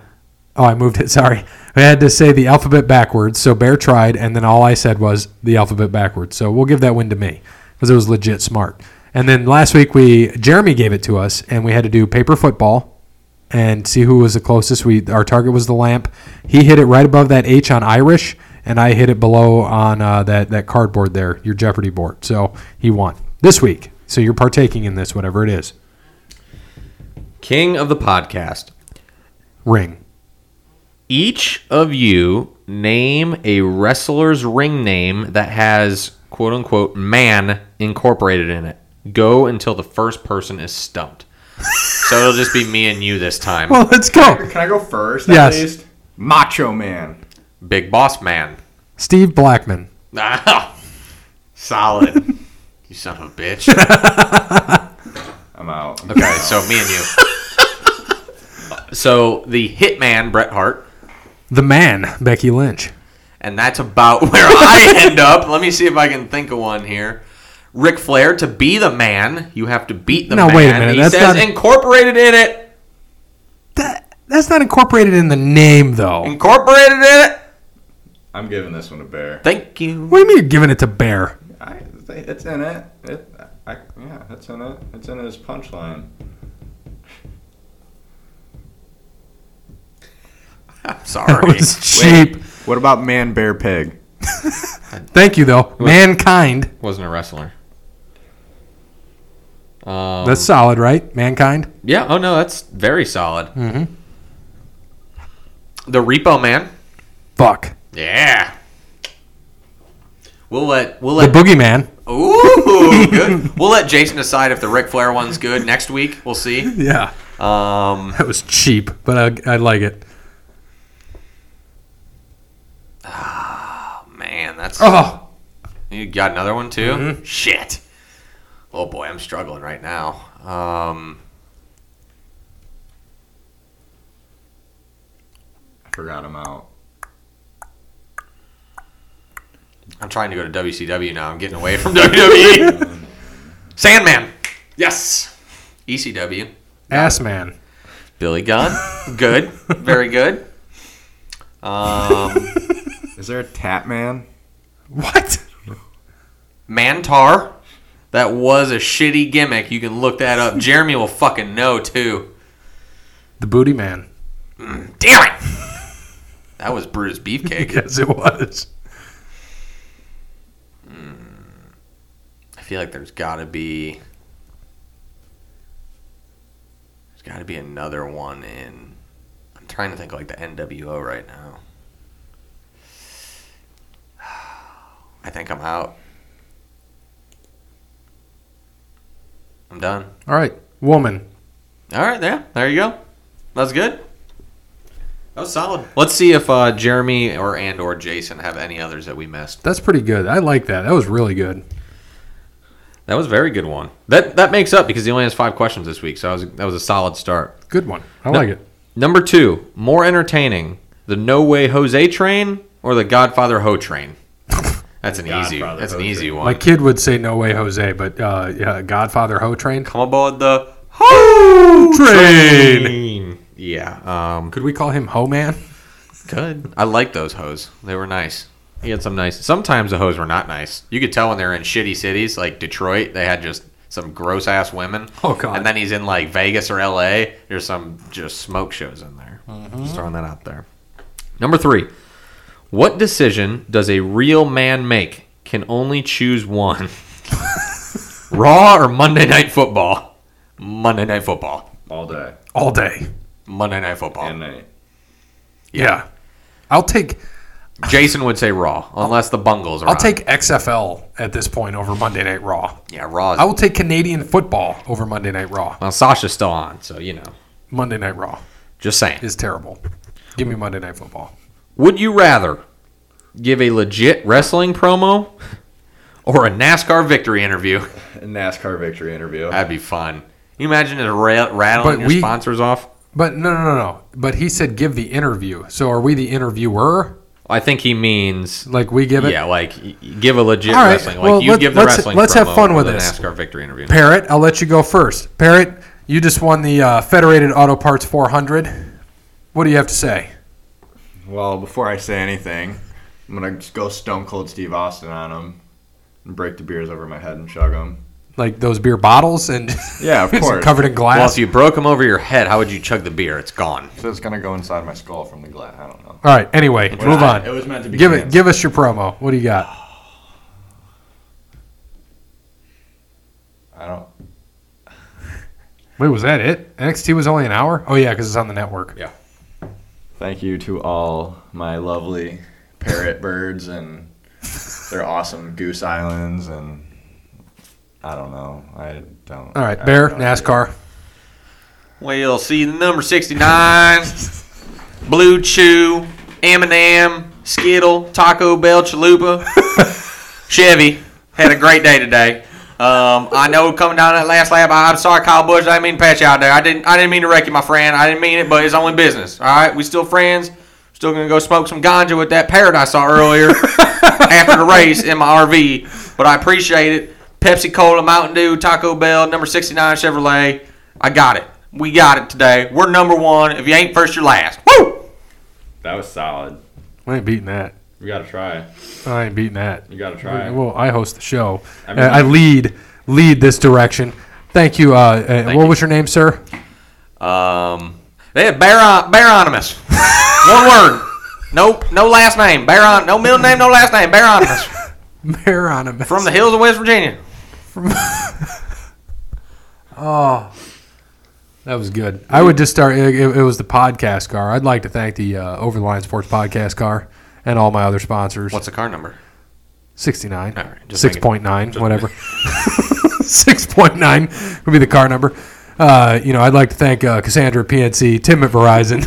Speaker 1: Oh, I moved it. Sorry. I had to say the alphabet backwards. So Bear tried, and then all I said was the alphabet backwards. So we'll give that win to me because it was legit smart. And then last week we Jeremy gave it to us, and we had to do paper football and see who was the closest. We our target was the lamp. He hit it right above that H on Irish, and I hit it below on uh, that that cardboard there, your Jeopardy board. So he won this week. So you're partaking in this, whatever it is.
Speaker 3: King of the podcast.
Speaker 1: Ring.
Speaker 3: Each of you name a wrestler's ring name that has quote unquote man incorporated in it. Go until the first person is stumped. so it'll just be me and you this time.
Speaker 1: Well, let's go.
Speaker 2: Can I go first?
Speaker 1: Yes.
Speaker 2: At least? Macho Man.
Speaker 3: Big Boss Man.
Speaker 1: Steve Blackman.
Speaker 3: Ah, Solid. you son of a bitch.
Speaker 2: I'm out.
Speaker 3: Okay, so me and you. so the hitman Bret Hart,
Speaker 1: The man, Becky Lynch.
Speaker 3: and that's about where I end up. Let me see if I can think of one here. Ric Flair to be the man, you have to beat the
Speaker 1: No,
Speaker 3: man.
Speaker 1: wait a minute,
Speaker 3: He
Speaker 1: that's
Speaker 3: says
Speaker 1: not-
Speaker 3: incorporated in it.
Speaker 1: That that's not incorporated in the name though.
Speaker 3: Incorporated in it.
Speaker 2: I'm giving this one a bear.
Speaker 3: Thank you.
Speaker 1: What do you mean you're giving it to Bear?
Speaker 2: I, it's in it. it I, yeah, it's in it. It's in his punchline.
Speaker 3: I'm sorry.
Speaker 1: It's cheap.
Speaker 2: What about Man Bear Pig?
Speaker 1: Thank you though. Mankind.
Speaker 3: Wasn't a wrestler. Um,
Speaker 1: That's solid, right? Mankind.
Speaker 3: yeah. Oh no, that's very solid.
Speaker 1: Mm-hmm.
Speaker 3: The Repo Man.
Speaker 1: Fuck.
Speaker 3: Yeah. We'll let we'll
Speaker 1: The
Speaker 3: let
Speaker 1: boogeyman.
Speaker 3: ooh good. We'll let Jason decide if the Ric Flair one's good next week. We'll see.
Speaker 1: Yeah.
Speaker 3: Um,
Speaker 1: That was cheap, but I, I like it.
Speaker 3: man, that's
Speaker 1: Oh,
Speaker 3: you got another one too. Shit. Oh boy, I'm struggling right now. Um,
Speaker 2: I forgot him out.
Speaker 3: I'm trying to go to WCW now. I'm getting away from WWE. Sandman. Yes. ECW.
Speaker 1: ass man.
Speaker 3: Billy Gunn. Good. Very good. Um,
Speaker 2: Is there a Tap Man?
Speaker 1: What?
Speaker 3: Mantar. That was a shitty gimmick. You can look that up. Jeremy will fucking know too. Mm,
Speaker 1: The booty man.
Speaker 3: Damn it! That was Brutus Beefcake.
Speaker 1: Yes, it was.
Speaker 3: I feel like there's got to be there's got to be another one in. I'm trying to think of like the NWO right now. I think I'm out. I'm done.
Speaker 1: All right, woman.
Speaker 3: All right, there, there you go. That's good. That was solid. Let's see if uh, Jeremy or and or Jason have any others that we missed.
Speaker 1: That's pretty good. I like that. That was really good.
Speaker 3: That was a very good one. That that makes up because he only has five questions this week, so that was, that was a solid start.
Speaker 1: Good one. I
Speaker 3: No-
Speaker 1: like it.
Speaker 3: Number two, more entertaining: the No Way Jose train or the Godfather Ho train. That's an easy.
Speaker 2: Godfather
Speaker 3: That's
Speaker 2: Ho
Speaker 3: an easy one.
Speaker 1: My kid would say no way, Jose, but uh, yeah, Godfather Ho Train.
Speaker 3: come aboard the Ho
Speaker 1: Train.
Speaker 3: train. Yeah. Um.
Speaker 1: Could we call him Ho Man?
Speaker 3: Good. I like those hoes. They were nice. He had some nice. Sometimes the hoes were not nice. You could tell when they were in shitty cities like Detroit. They had just some gross ass women.
Speaker 1: Oh, God.
Speaker 3: And then he's in like Vegas or L.A. There's some just smoke shows in there.
Speaker 1: Mm-hmm.
Speaker 3: Just throwing that out there. Number three. What decision does a real man make? Can only choose one. Raw or Monday Night Football? Monday Night Football.
Speaker 2: All day
Speaker 1: All day.
Speaker 3: Monday Night Football.
Speaker 2: and night.
Speaker 1: Yeah. I'll take
Speaker 3: Jason would say Raw, unless the Bungles are.
Speaker 1: I'll
Speaker 3: on.
Speaker 1: take XFL at this point over Monday Night Raw.
Speaker 3: Yeah, Raw.
Speaker 1: I will take Canadian football over Monday Night Raw.
Speaker 3: Well, Sasha's still on, so you know.
Speaker 1: Monday Night Raw
Speaker 3: Just saying.
Speaker 1: is terrible. Give me Monday Night Football.
Speaker 3: Would you rather give a legit wrestling promo or a NASCAR victory interview?
Speaker 2: A NASCAR victory interview.
Speaker 3: That'd be fun. You imagine it ra- rattling
Speaker 1: But
Speaker 3: your
Speaker 1: we-
Speaker 3: sponsors off?
Speaker 1: But no, no, no, no. But he said give the interview. So are we the interviewer?
Speaker 3: I think he means.
Speaker 1: Like we give it?
Speaker 3: Yeah, like y- y- give a legit
Speaker 1: All right,
Speaker 3: wrestling. Like
Speaker 1: well,
Speaker 3: you
Speaker 1: let-
Speaker 3: give the
Speaker 1: let's-
Speaker 3: wrestling.
Speaker 1: let's have
Speaker 3: promo
Speaker 1: fun
Speaker 3: or
Speaker 1: with
Speaker 3: the
Speaker 1: this.
Speaker 3: NASCAR victory interview.
Speaker 1: Parrot, I'll let you go first. Parrot, you just won the uh, Federated Auto Parts 400. What do you have to say?
Speaker 2: Well, before I say anything, I'm gonna just go Stone Cold Steve Austin on him and break the beers over my head and chug them.
Speaker 1: Like those beer bottles and
Speaker 2: Yeah, of
Speaker 1: it's
Speaker 2: course.
Speaker 1: covered in
Speaker 3: Well, if
Speaker 1: glass.
Speaker 3: you broke them over your head, how would you chug the beer? It's gone.
Speaker 2: So it's gonna go inside my skull from the glass. I don't know.
Speaker 1: All right. Anyway, move on.
Speaker 2: It was meant to be.
Speaker 1: give it.
Speaker 2: canned.
Speaker 1: Give us your promo. What do you got?
Speaker 2: I don't.
Speaker 1: Wait, was that it? NXT was only an hour. Oh yeah, because it's on the network.
Speaker 3: Yeah.
Speaker 2: Thank you to all my lovely parrot birds and their awesome goose islands and I don't know. I don't.
Speaker 1: All
Speaker 2: I
Speaker 1: right,
Speaker 2: have
Speaker 1: Bear
Speaker 2: no idea.
Speaker 1: NASCAR.
Speaker 3: Well, see the number sixty-nine, Blue Chew, M&M, Skittle, Taco Bell, Chalupa, Chevy. Had a great day today. Um, I know coming down that last lap. I, am sorry, Kyle Busch. I didn't mean to pat you out there. I didn't. I didn't mean to wreck you, my friend. I didn't mean it, but it's only business. All right, we still friends. Still gonna go smoke some ganja with that parrot I saw earlier after the race in my RV. But I appreciate it. Pepsi Cola, Mountain Dew, Taco Bell, number 69 Chevrolet. I got it. We got it today. We're number one. If you ain't first, you're last. Woo!
Speaker 2: That was solid.
Speaker 1: I ain't beating that.
Speaker 2: You gotta try.
Speaker 1: I ain't beating that.
Speaker 2: You gotta try.
Speaker 1: Well, I host the show.
Speaker 2: I
Speaker 1: I,
Speaker 2: mean-
Speaker 1: I lead lead this direction. Thank you. Uh, uh, what
Speaker 3: you.
Speaker 1: was your name, sir?
Speaker 3: Um, they had Baron Baronimus. one word. Nope. No last name. Baron. No middle name. No last name. Baronimus
Speaker 1: Maronimus.
Speaker 3: from the hills of West Virginia.
Speaker 1: That was good. I would just start. It, it- it was the podcast car. I'd like to thank the uh, Over the Line Sports podcast car and all my other sponsors.
Speaker 3: What's the car number?
Speaker 1: sixty nine?
Speaker 3: All right, just
Speaker 1: Six point nine, whatever. Six point nine would be the car number. Uh, you know, I'd like to thank uh, Cassandra at PNC, Tim at Verizon,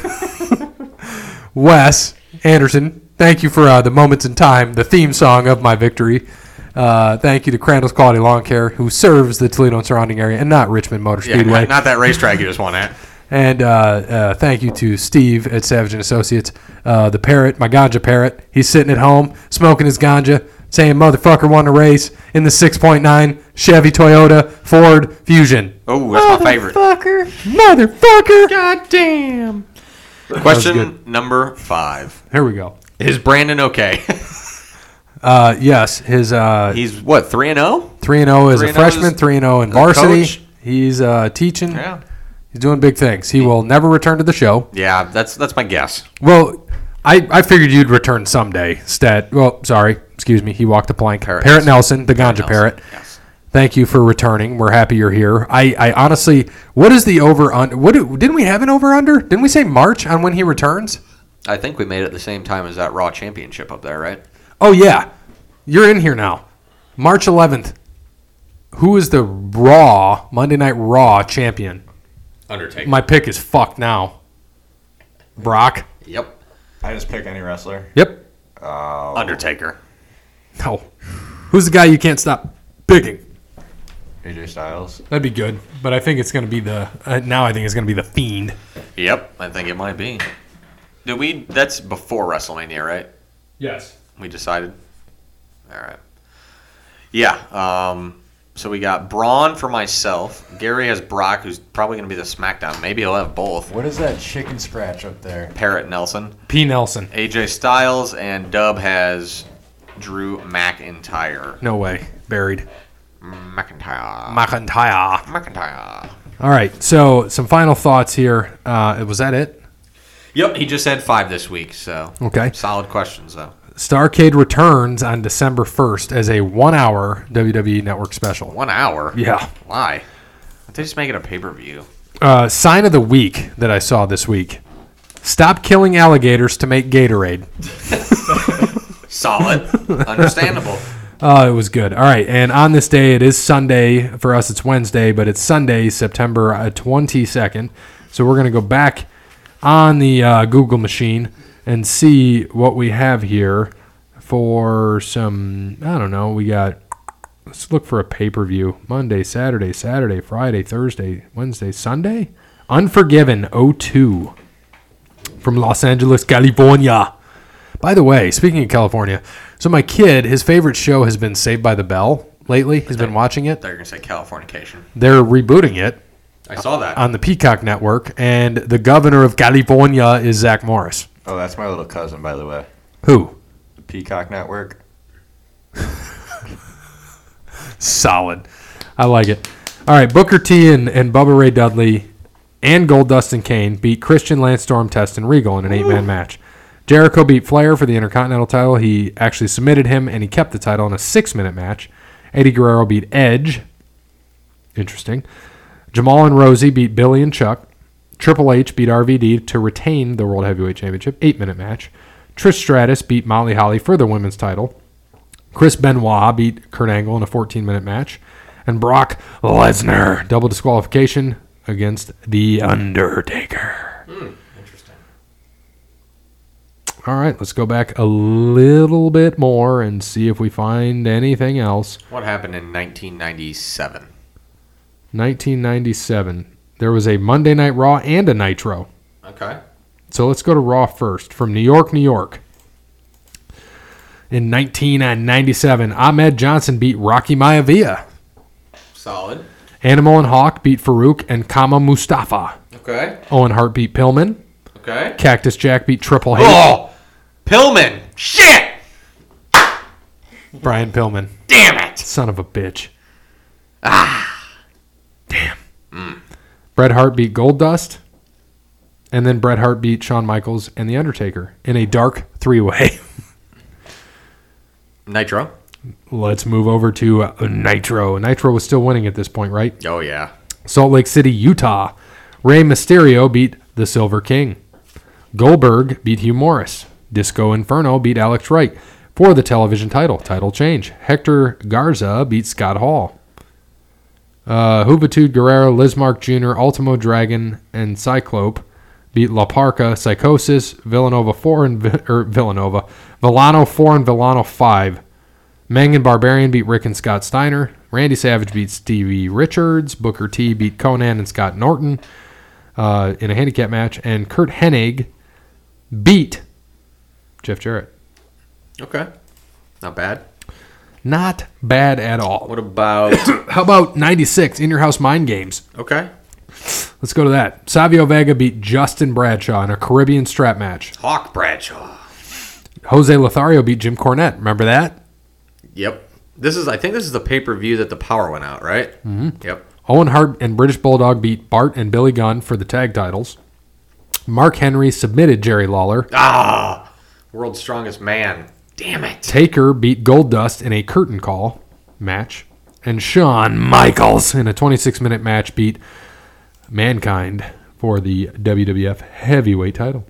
Speaker 1: Wes Anderson. Thank you for uh, the moments in time, the theme song of my victory. Uh, thank you to Crandall's Quality Lawn Care, who serves the Toledo and surrounding area, and not Richmond Motor
Speaker 3: Yeah,
Speaker 1: Speedway.
Speaker 3: not, not that racetrack you just won at.
Speaker 1: And uh, uh, thank you to Steve at Savage and Associates, uh, the parrot, my ganja parrot. He's sitting at home smoking his ganja, saying "motherfucker won the race" in the 6.9 Chevy Toyota Ford Fusion.
Speaker 3: Oh, that's my favorite.
Speaker 1: Motherfucker, motherfucker. God damn.
Speaker 3: Question
Speaker 1: good.
Speaker 3: number five.
Speaker 1: Here we go.
Speaker 3: Is Brandon okay?
Speaker 1: Uh, yes, his uh,
Speaker 3: He's what three and oh? zero?
Speaker 1: three and zero as a
Speaker 3: 3-0
Speaker 1: freshman,
Speaker 3: is
Speaker 1: three and zero in
Speaker 3: a
Speaker 1: varsity.
Speaker 3: coach.
Speaker 1: He's uh, teaching. He's doing big things. He will never return to the show.
Speaker 3: yeah. That's that's my guess.
Speaker 1: Well, I, I figured you'd return someday, Stat. Well, sorry, excuse me. He walked the plank.
Speaker 3: Parrot
Speaker 1: Parrot, Nelson,
Speaker 3: Nelson.
Speaker 1: the ganja parrot.
Speaker 3: Yes.
Speaker 1: Thank you for returning. We're happy you're here. I, I honestly, what is the over under? What do- didn't we have an over under? Didn't we say March on when he returns?
Speaker 3: I think we made it at the same time as that Raw Championship up there, right?
Speaker 1: Oh yeah, you're in here now. March 11th. Who is the Raw Monday Night Raw champion?
Speaker 3: Undertaker.
Speaker 1: My pick is fucked now. Brock.
Speaker 3: yep.
Speaker 2: I just pick any wrestler.
Speaker 1: Yep.
Speaker 3: Undertaker.
Speaker 1: No. Who's the guy you can't stop picking?
Speaker 2: AJ Styles.
Speaker 1: That'd be good, but I think it's going to be the uh, now. I think it's going to be the fiend.
Speaker 3: Yep. I think it might be. Did we? That's before WrestleMania, right?
Speaker 1: Yes.
Speaker 3: We decided. All right. Yeah. Um, so we got Braun for myself. Gary has Brock, who's probably going to be the SmackDown. Maybe he'll have both.
Speaker 2: What is that chicken scratch up there?
Speaker 3: Parrot Nelson.
Speaker 1: P. Nelson.
Speaker 3: AJ Styles and Dub has Drew McIntyre.
Speaker 1: No way. Buried.
Speaker 3: McIntyre.
Speaker 1: McIntyre.
Speaker 3: McIntyre.
Speaker 1: All right. So some final thoughts here. Uh, was that it?
Speaker 3: Yep, he just had five this week, so
Speaker 1: Okay.
Speaker 3: solid questions though.
Speaker 1: Starcade returns on December first as a one-hour WWE Network special.
Speaker 3: One hour.
Speaker 1: Yeah.
Speaker 3: Why? They just make it a pay per view.
Speaker 1: Uh, sign of the week that I saw this week. Stop killing alligators to make Gatorade.
Speaker 3: Solid. Understandable.
Speaker 1: Oh, it was good. All right. And on this day, it is Sunday. For us, it's Wednesday, but it's Sunday, September uh, 22nd. So we're going to go back on the uh, Google machine and see what we have here for some. I don't know. We got. Let's look for a pay per view Monday, Saturday, Saturday, Friday, Thursday, Wednesday, Sunday. Unforgiven 02 from Los Angeles, California. By the way, speaking of California, so my kid, his favorite show has been Saved by the Bell lately. He's been watching it.
Speaker 3: They're gonna say Californication.
Speaker 1: They're rebooting it
Speaker 3: I saw that.
Speaker 1: Uh, on the Peacock Network, and the governor of California is Zach Morris.
Speaker 2: Oh, that's my little cousin, by the way.
Speaker 1: Who?
Speaker 2: The Peacock Network.
Speaker 1: Solid. I like it. All right, Booker T and, and Bubba Ray Dudley and Goldust and Kane beat Christian Lance Storm Test and Regal in an eight man match. Jericho beat Flair for the Intercontinental title. He actually submitted him and he kept the title in a six minute match. Eddie Guerrero beat Edge. Interesting. Jamal and Rosie beat Billy and Chuck. Triple H beat RVD to retain the World Heavyweight Championship, eight minute match. Trish Stratus beat Molly Holly for the women's title. Chris Benoit beat Kurt Angle in a 14 minute match. And Brock Lesnar, double disqualification against The Undertaker.
Speaker 3: Hmm, Interesting.
Speaker 1: All right, let's go back a little bit more and see if we find anything else.
Speaker 3: What happened in 1997?
Speaker 1: 1997, there was a Monday Night Raw and a Nitro.
Speaker 3: Okay.
Speaker 1: So let's go to Raw first from New York, New York. In 1997, Ahmed Johnson beat Rocky Maivia.
Speaker 3: Solid.
Speaker 1: Animal and Hawk beat Farouk and Kama Mustafa.
Speaker 3: Okay.
Speaker 1: Owen Hart beat Pillman.
Speaker 3: Okay.
Speaker 1: Cactus Jack beat Triple H.
Speaker 3: Oh, Pillman. Shit.
Speaker 1: Brian Pillman,
Speaker 3: Damn it.
Speaker 1: son of a bitch. Ah, damn. Bret Hart beat Goldust, and then Bret Hart beat Shawn Michaels and The Undertaker in a dark three-way.
Speaker 3: Nitro.
Speaker 1: Let's move over to uh, Nitro. Nitro was still winning at this point, right?
Speaker 3: Oh yeah.
Speaker 1: Salt Lake City, Utah. Rey Mysterio beat the Silver King. Goldberg beat Hugh Morris. Disco Inferno beat Alex Wright for the television title. Title change. Hector Garza beat Scott Hall. Uh, Juventud Guerrero, Lismark Jr., Ultimo Dragon, and Cyclope beat La Parca, Psychosis, Villanova 4 and Vi- er, Villanova, Villano 4 and Villano 5. Mang and Barbarian beat Rick and Scott Steiner. Randy Savage beat Stevie Richards. Booker T beat Conan and Scott Norton uh, in a handicap match. And Kurt Hennig beat Jeff Jarrett.
Speaker 3: Okay. Not bad.
Speaker 1: Not bad at all.
Speaker 3: What about?
Speaker 1: How about 96 in your house mind games?
Speaker 3: okay.
Speaker 1: Let's go to that. Savio Vega beat Justin Bradshaw in a Caribbean strap match.
Speaker 3: Hawk Bradshaw.
Speaker 1: Jose Lothario beat Jim Cornette. Remember that?
Speaker 3: Yep. This is. I think this is the pay per view that the power went out. Right. Mm-hmm. Yep.
Speaker 1: Owen Hart and British Bulldog beat Bart and Billy Gunn for the tag titles. Mark Henry submitted Jerry Lawler.
Speaker 3: Ah. World's strongest man. Damn it.
Speaker 1: Taker beat Goldust in a curtain call match, and Shawn Michaels in a 26-minute match beat Mankind for the WWF Heavyweight title.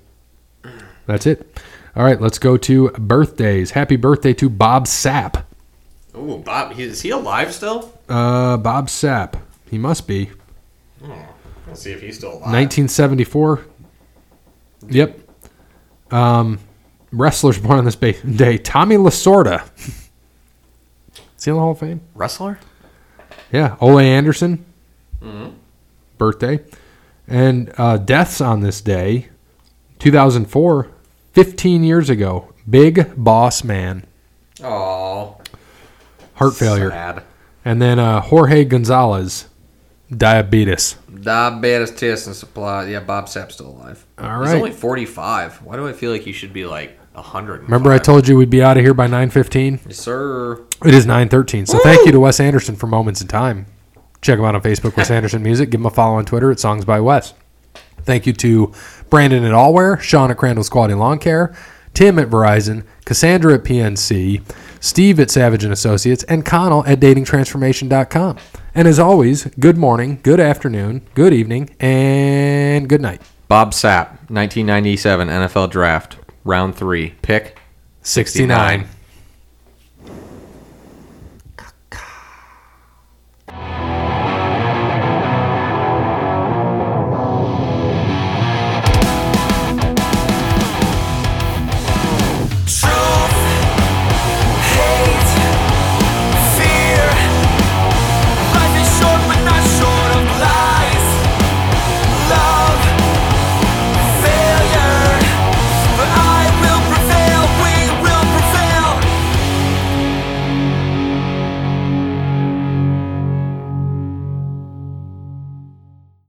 Speaker 1: That's it. All right, let's go to birthdays. Happy birthday to Bob Sapp.
Speaker 3: Ooh, Bob. He, is he alive still?
Speaker 1: Uh, Bob Sapp. He must be
Speaker 3: Let's see if he's still alive.
Speaker 1: 1974. Yep. Um, wrestlers born on this ba- day. Tommy Lasorda. Is he in the Hall of Fame?
Speaker 3: Wrestler.
Speaker 1: Yeah, Ole Anderson. Birthday. And uh, deaths on this day, 2004, 15 years ago. Big Boss Man,
Speaker 3: Oh.
Speaker 1: heart failure.
Speaker 3: Sad.
Speaker 1: And then uh, Jorge Gonzalez, diabetes.
Speaker 3: Diabetes test and supply. Yeah, Bob Sapp's still alive.
Speaker 1: All
Speaker 3: He's
Speaker 1: right.
Speaker 3: only 45. Why do I feel like he should be like 100?
Speaker 1: Remember I told you we'd be out of here by 9.15?
Speaker 3: Yes, sir.
Speaker 1: It is 9.13. So thank you to Wes Anderson for Moments in Time. Check him out on Facebook, Wes Anderson Music. Give him a follow on Twitter at Songs by Wes. Thank you to Brandon at Allware, Sean at Crandall's Quality Lawn Care, Tim at Verizon, Cassandra at PNC, Steve at Savage and Associates, and Connell at datingtransformation.com. And as always, good morning, good afternoon, good evening, and good night.
Speaker 3: Bob Sapp, 1997 NFL Draft, round three, pick
Speaker 1: 69.